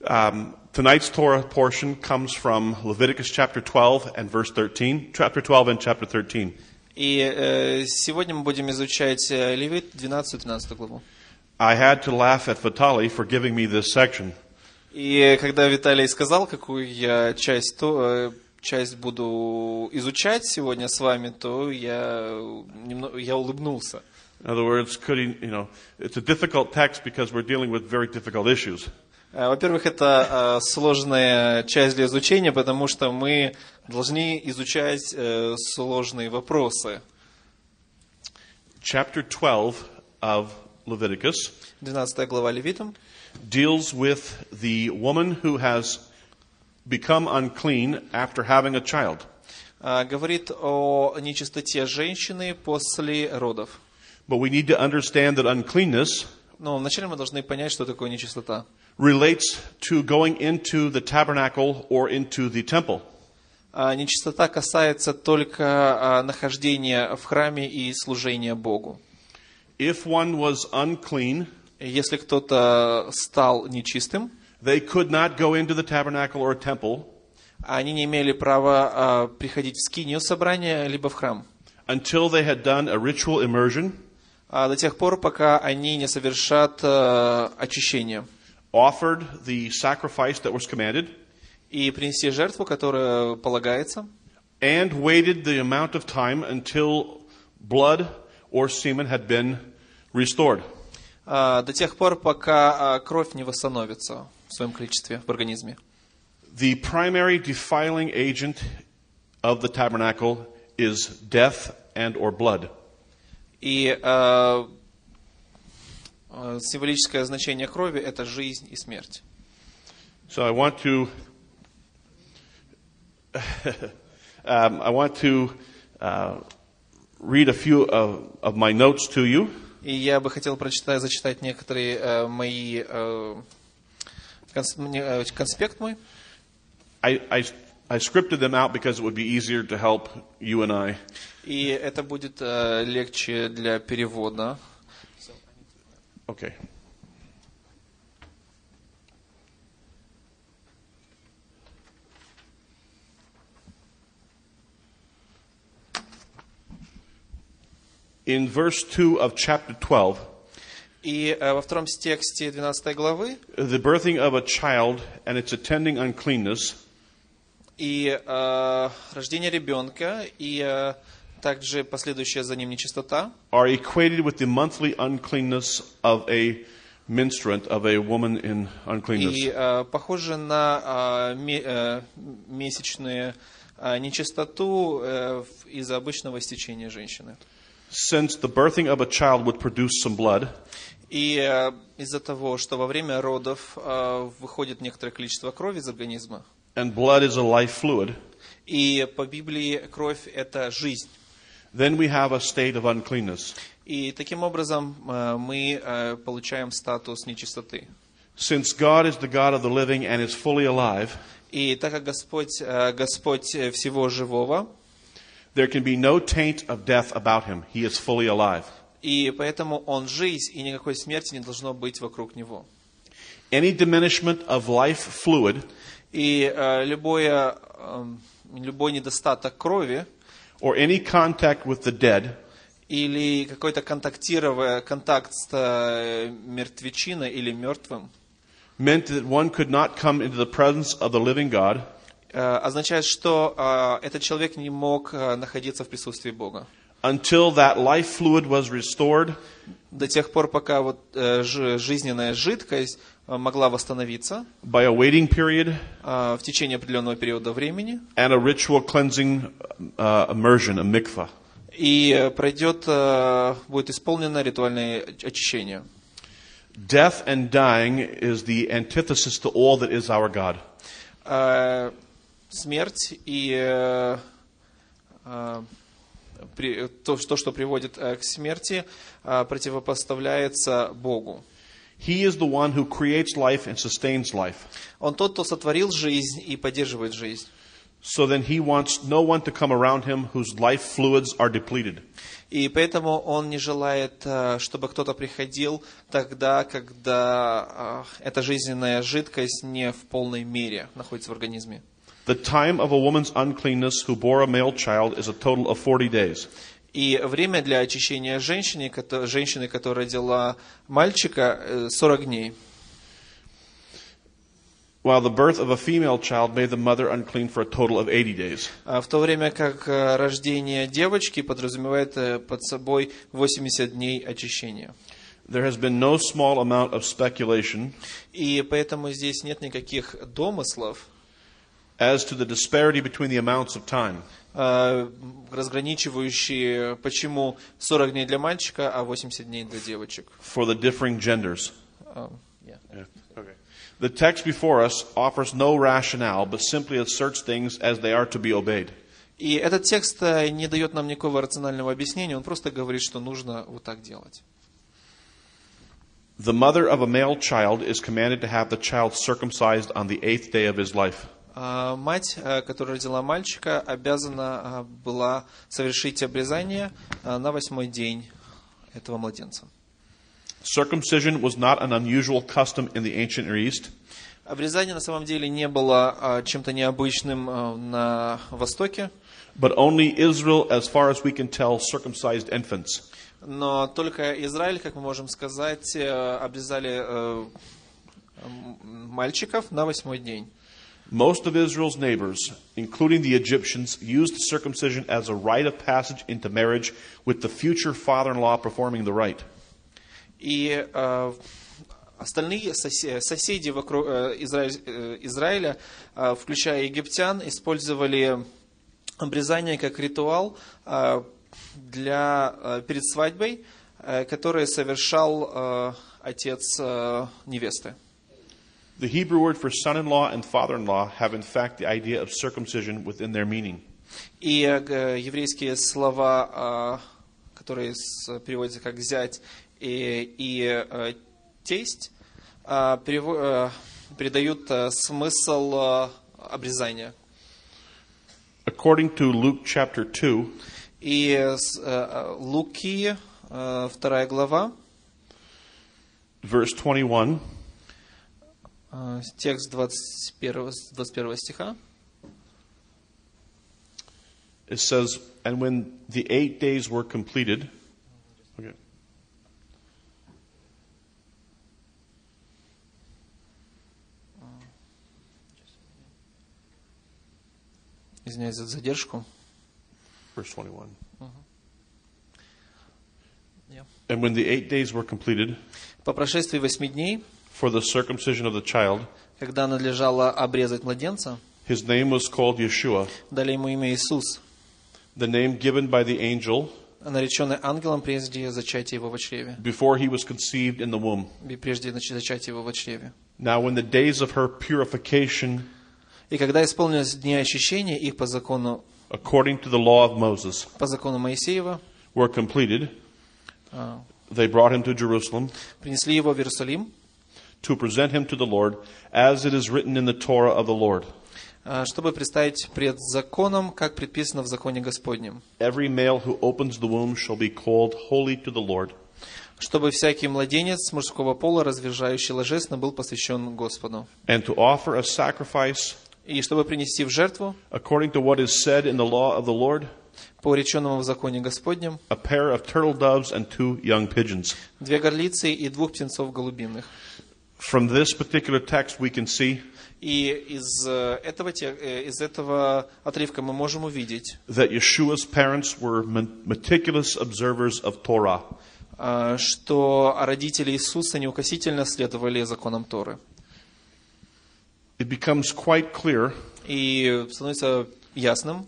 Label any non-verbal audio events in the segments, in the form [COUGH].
Um, tonight's Torah portion comes from Leviticus chapter 12 and verse 13, chapter 12 and chapter 13. И э, сегодня мы будем изучать э, Левит 12-13 главу. I had to laugh at Vitali for giving me this section. И э, когда Виталий сказал, какую я часть, то, э, часть буду изучать сегодня с вами, то я, немного, я улыбнулся. In other words, could he, you know, it's a difficult text because we're dealing with very difficult issues. Э, Во-первых, это э, сложная часть для изучения, потому что мы должны изучать э, сложные вопросы. Chapter 12 of Leviticus 12 глава Левитам. deals with the woman who has become unclean after having a child. А, говорит о нечистоте женщины после родов. But we need to understand that uncleanness Но вначале мы должны понять, что такое нечистота. relates to going into the tabernacle or into the temple. А, Нечистота касается только а, нахождения в храме и служения Богу. If one was unclean, Если кто-то стал нечистым, they could not go into the tabernacle or temple они не имели права а, приходить в скинию собрания, либо в храм. until they had done a ritual immersion, а, до тех пор, пока они не совершат э, очищение offered the sacrifice that was commanded, и принести жертву, которая полагается, and waited the amount of time until blood or semen had been restored. а, до тех пор, пока а, кровь не восстановится в своем количестве в организме. The primary defiling agent of the tabernacle is death and or blood. И э, э, символическое значение крови – это жизнь и смерть. So I want to, [LAUGHS] um, I want to uh, read a few of, of my notes to you. И я бы хотел прочитать, зачитать некоторые э, мои э, конс- мне, э, конспект мой. I, I, I scripted them out because it would be easier to help you and I. И это будет э, легче для перевода. Okay. In verse 2 of chapter 12, И э, во втором тексте 12 главы the birthing of a child and its attending uncleanness и э, рождение ребенка, и э, также последующая за ним нечистота, are equated with the monthly uncleanness of a menstruant, of a woman in uncleanness. и э, похоже на э, ме- э, месячную э, нечистоту э, в- из-за обычного истечения женщины. Since the birthing of a child would produce some blood, И э, из-за того, что во время родов э, выходит некоторое количество крови из организма, and blood is a life fluid, и по Библии кровь – это жизнь. then we have a state of uncleanness. И таким образом э, мы э, получаем статус нечистоты. Since God is the God of the living and is fully alive, И так как Господь, э, Господь э, всего живого, there can be no taint of death about him. He is fully alive. и поэтому Он жизнь, и никакой смерти не должно быть вокруг Него. Any diminishment of life fluid И э, любое, эм, любой недостаток крови or any contact with the dead или какой-то контактировая, контакт с э, мертвечиной или мертвым meant that one could not come into the presence of the living God э, означает, что э, этот человек не мог э, находиться в присутствии Бога. until that life fluid was restored До тех пор, пока вот, э, жи- жизненная жидкость э, могла восстановиться by a waiting period э, в течение определенного периода времени, and a ritual cleansing uh, immersion, a mikvah. И э, пройдет, э, будет исполнено ритуальное оч- очищение. Death and dying is the antithesis to all that is our God. Э, Смерть и э, э, при- то, что, что приводит э, к смерти, э, противопоставляется Богу. He is the one who creates life and sustains life. Он тот, кто сотворил жизнь и поддерживает жизнь. So then he wants no one to come around him whose life fluids are depleted. И поэтому он не желает, э, чтобы кто-то приходил тогда, когда э, эта жизненная жидкость не в полной мере находится в организме. The time of a woman's uncleanness who bore a male child is a total of 40 days. И время для очищения женщины, кото- женщины, которая родила мальчика, э, 40 дней. While the birth of a female child made the mother unclean for a total of 80 days. А В то время как э, рождение девочки подразумевает э, под собой 80 дней очищения. There has been no small amount of speculation И поэтому здесь нет никаких домыслов, as to the disparity between the amounts of time. э, разграничивающие, почему 40 дней для мальчика, а 80 дней для девочек. for the differing genders. Э, я. Okay. The text before us offers no rationale, but simply asserts things as they are to be obeyed. И этот текст э, не дает нам никакого рационального объяснения, он просто говорит, что нужно вот так делать. The mother of a male child is commanded to have the child circumcised on the eighth day of his life. А Мать, э, которая родила мальчика, обязана а, была совершить обрезание а, на восьмой день этого младенца. Circumcision was not an unusual custom in the ancient Near East. Обрезание на самом деле не было а, чем-то необычным а, на Востоке, But only Israel, as far as we can tell, circumcised infants. но только Израиль, как мы можем сказать, э, обрезали э, м- мальчиков на восьмой день. Most of Israel's neighbors, including the Egyptians, used circumcision as a rite of passage into marriage, with the future father in law performing the rite. И э, остальные сосе- соседи вокруг э, Израиль- э, Израиля, э, включая египтян, использовали обрезание как ритуал э, для, э, перед свадьбой, э, который совершал э, отец э, невесты. The Hebrew word for son in law and father in law have, in fact, the idea of circumcision within their meaning. И э, еврейские слова, э, которые с- переводятся как зять и, и, э, тесть, э, перево- э, передают э, смысл э, обрезания. According to Luke chapter 2, И с- э, э, Луки, э, вторая глава, verse 21, э, текст 21, с 21 стиха. it says, And when the eight days were completed, okay. Извиняюсь за задержку. verse 21. Yeah. And when the eight days were completed По прошествии восьми дней, for the circumcision of the child, когда надлежало обрезать младенца, his name was called Yeshua, дали ему имя Иисус, the name given by the angel нареченный ангелом прежде зачатия его в чреве. before he was conceived in the womb. и прежде нач- зачатия его в чреве. Now, when the days of her purification, И когда исполнилось дни очищения их по закону, according to the law of Moses, по закону Моисеева, were completed, а, they brought him to Jerusalem принесли его в Иерусалим, to present him to the Lord, as it is written in the Torah of the Lord. а, чтобы представить пред законом, как предписано в законе Господнем, Every male who opens the womb shall be called holy to the Lord, чтобы всякий младенец мужского пола, развержающий ложественно, был посвящен Господу, and to offer a sacrifice и чтобы принести в жертву, according to what is said in the law of the Lord по уреченному в законе Господнем, a pair of turtle doves and two young pigeons. две горлицы и двух птенцов голубиных. From this particular text, we can see И из э, этого, те- э, из этого отрывка мы можем увидеть, that Yeshua's parents were men- meticulous observers of Torah. а, что родители Иисуса неукосительно следовали законам Торы. It becomes quite clear И становится ясным,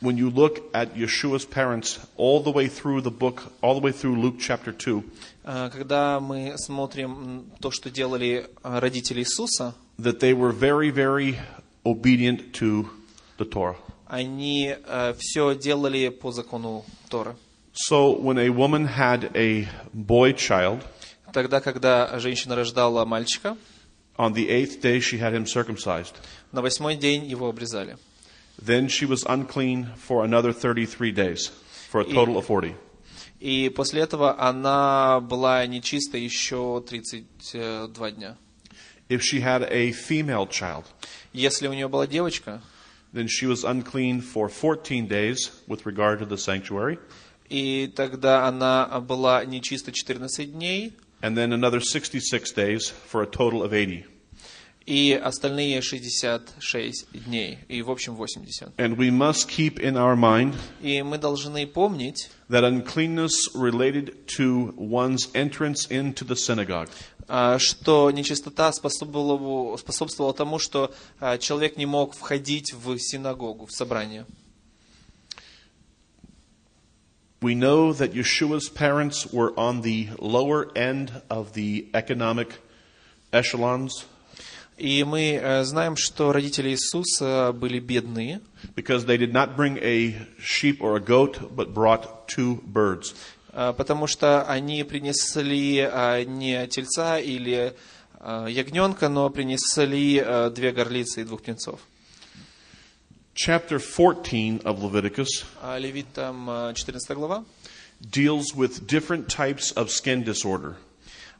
when you look at Yeshua's parents all the way through the book, all the way through Luke chapter 2, а, когда мы смотрим м, то, что делали а, родители Иисуса, that they were very, very obedient to the Torah. они все делали по закону Торы. So when a woman had a boy child, Тогда, когда женщина рождала мальчика, on the eighth day she had him circumcised. на восьмой день его обрезали. Then she was unclean for another 33 days, for a total of 40. И после этого она была нечиста еще 32 э, дня. If she had a female child, Если у нее была девочка, then she was unclean for 14 days with regard to the sanctuary, и тогда она была нечиста 14 дней, and then another 66 days for a total of 80. и остальные 66 дней, и в общем 80. And we must keep in our mind И мы должны помнить that uncleanness related to one's entrance into the synagogue. а, что нечистота способствовала, способствовала тому, что а, человек не мог входить в синагогу, в собрание. We know that Yeshua's parents were on the lower end of the economic echelons И мы э, знаем, что родители Иисуса были бедны, because they did not bring a sheep or a goat, but brought two birds. а, потому что они принесли а, не тельца или а, ягненка, но принесли а, две горлицы и двух птенцов. Chapter 14 of Leviticus А Левитам а, 14 глава deals with different types of skin disorder.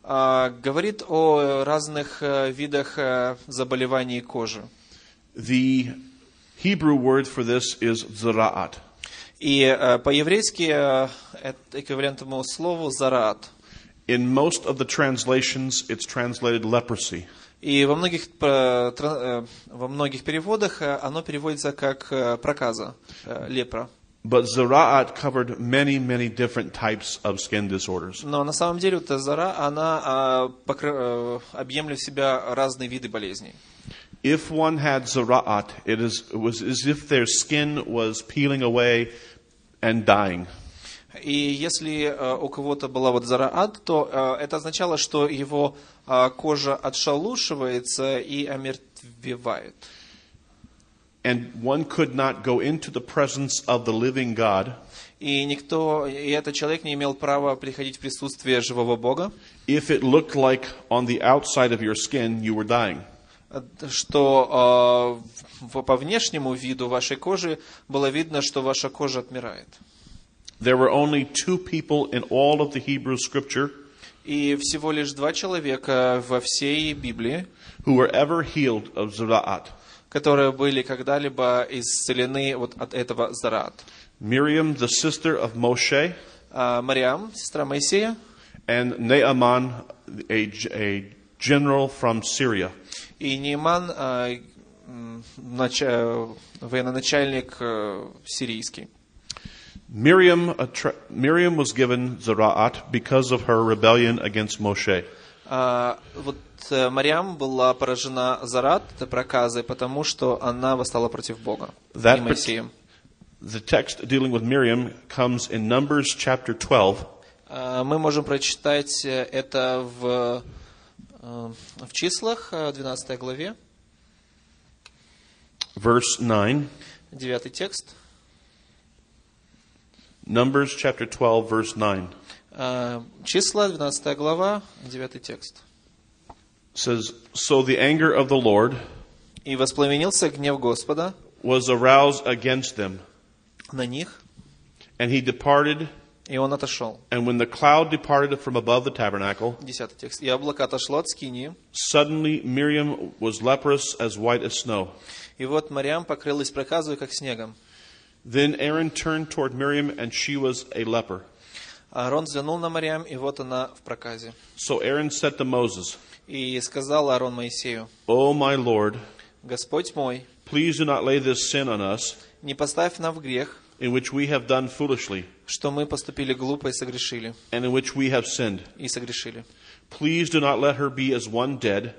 а, говорит о разных э, видах э, заболеваний кожи. The Hebrew word for this is zaraat. И э, по-еврейски э, это эквивалент этому слову «зараат». In most of the translations, it's translated leprosy. И во многих, э, тра- э, во многих переводах э, оно переводится как э, проказа, э, лепра. But Zaraat covered many, many different types of skin disorders. Но на самом деле вот эта зара, она а, покры- э, объемлет в себя разные виды болезней. If one had Zaraat, it, is, it was as if their skin was peeling away and dying. И если э, у кого-то была вот зараат, то э, это означало, что его э, кожа отшалушивается и омертвевает. And one could not go into the presence of the living God И никто, и этот человек не имел права приходить в присутствие живого Бога, if it looked like on the outside of your skin you were dying. э, что э, в- по внешнему виду вашей кожи было видно, что ваша кожа отмирает. There were only two people in all of the Hebrew scripture И всего лишь два человека во всей Библии, who were ever healed of Zaraat которые были когда-либо исцелены вот от этого зараат. Miriam, the sister of Moshe, А, Мариам, сестра Моисея, and Naaman, a, a general from Syria. И Нейман, а, м, нач- э, военачальник э, сирийский. Miriam, attra- Miriam was given Zaraat because of her rebellion against Moshe. А, Вот э, Мариам была поражена зарад, это проказой, потому что она восстала против Бога That и Моисея. The text dealing with Miriam comes in Numbers chapter 12, А, Мы можем прочитать э, это в, э, в числах, э, 12 главе, verse 9. 9 текст. Numbers chapter 12, verse 9 А, Числа, 12 глава, 9 текст. says, So the anger of the Lord «И воспламенился гнев Господа was aroused against them, на них, and he departed. и он отошел». And when the cloud departed from above the tabernacle, Десятый текст. «И облако отошло от скинии, suddenly Miriam was leprous as white as snow. и вот Мариам покрылась проказой, как снегом. Then Aaron turned toward Miriam, and she was a leper. А Аарон взглянул на Мариам, и вот она в проказе. So Aaron said to Moses, И сказал Аарон Моисею, O my Lord, «Господь мой, please do not lay this sin on us, не поставь нам в грех, in which we have done foolishly, что мы поступили глупо и согрешили, and in which we have sinned. и согрешили. Please do not let her be as one dead,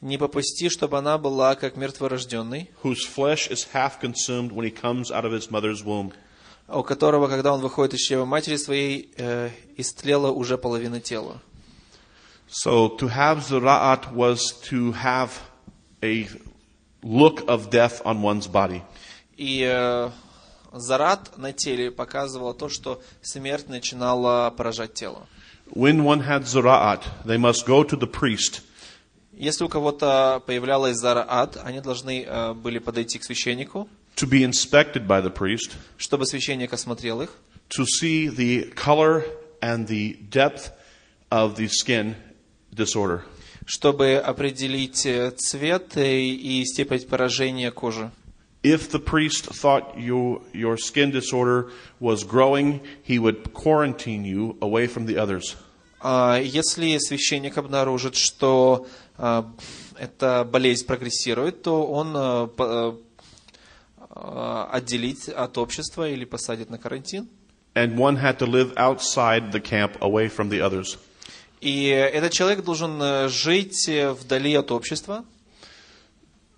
Не попусти, чтобы она была как мертворожденный, whose flesh is half consumed when he comes out of his mother's womb. у которого, когда он выходит из чрева матери своей, э, истлела уже половина тела». So to have zaraat was to have a look of death on one's body. И э, зарад на теле показывала то, что смерть начинала поражать тело. When one had zaraat, they must go to the priest Если у кого-то появлялась зараат, они должны э, были подойти к священнику to be inspected by the priest, чтобы священник осмотрел их, to see the color and the depth of the skin disorder. чтобы определить э, цвет и, и степень поражения кожи. If the priest thought you, your skin disorder was growing, he would quarantine you away from the others. А Если священник обнаружит, что э, эта болезнь прогрессирует, то он э, по- э, отделит от общества или посадит на карантин. And one had to live outside the camp away from the others. И этот человек должен э, жить э, вдали от общества.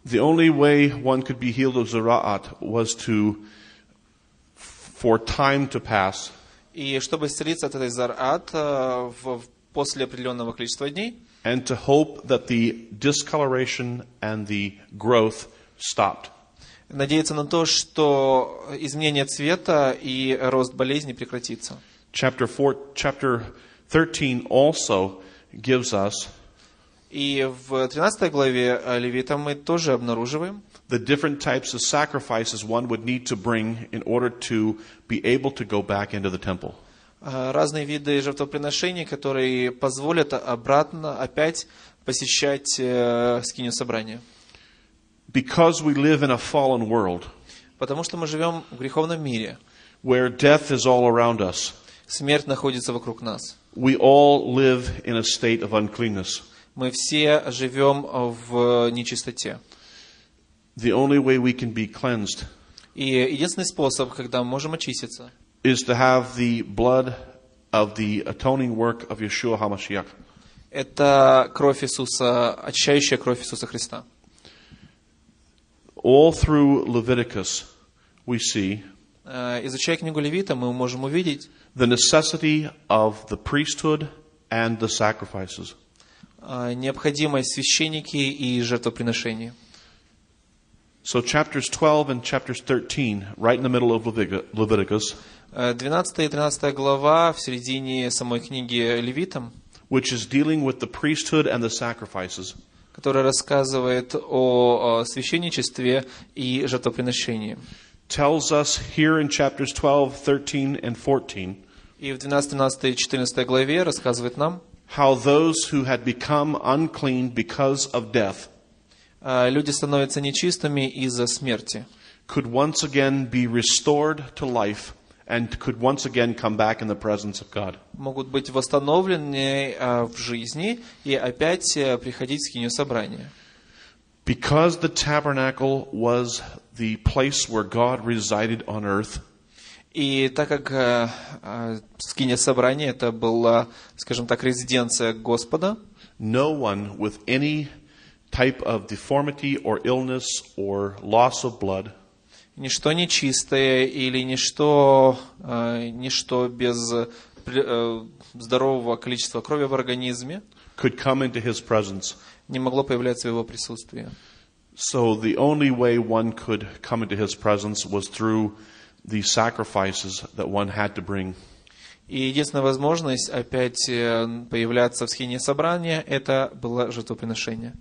The only way one could be healed of Zaraat was to, for time to pass, И чтобы исцелиться от этой зарат э, в- в- после определенного количества дней, and to hope that the discoloration and the growth stopped. надеяться на то, что изменение цвета и рост болезни прекратится. Chapter, four, chapter 13 also gives us И в 13 главе э, Левита мы тоже обнаруживаем, the different types of sacrifices one would need to bring in order to be able to go back into the temple. А, разные виды жертвоприношений, которые позволят обратно опять посещать э, скинию собрания. Because we live in a fallen world Потому что мы живем в греховном мире. where death is all around us, Смерть находится вокруг нас. we all live in a state of uncleanness. Мы все живем э, в нечистоте. The only way we can be cleansed И единственный способ, когда мы можем очиститься, is to have the blood of the atoning work of Yeshua HaMashiach. это кровь Иисуса, очищающая кровь Иисуса Христа. All through Leviticus, we see Э, Изучая книгу Левита, мы можем увидеть the necessity of the priesthood and the sacrifices. э, необходимость священники и жертвоприношений. So, chapters 12 and chapters 13, right in the middle of Levica- Leviticus, Э, 12 и 13 глава в середине самой книги Левитам, which is dealing with the priesthood and the sacrifices, которая рассказывает о э, священничестве и жертвоприношении. tells us here in chapters 12, 13, and 14 И в 12, 13 и 14 главе рассказывает нам, how those who had become unclean because of death э, люди становятся нечистыми из-за смерти. could once again be restored to life and could once again come back in the presence of God. могут быть восстановлены э, в жизни и опять э, приходить в скинию собрания. Because the tabernacle was the place where God resided on earth, И так как э, э, скиния собрания это была, скажем так, резиденция Господа, no one with any type of deformity or illness or loss of blood ничто нечистое или ничто, э, ничто без э, при- э, здорового количества крови в организме could come into his presence. не могло появляться в его присутствии. So the only way one could come into his presence was through the sacrifices that one had to bring. И единственная возможность опять э, появляться в скине собрания это было жертвоприношение.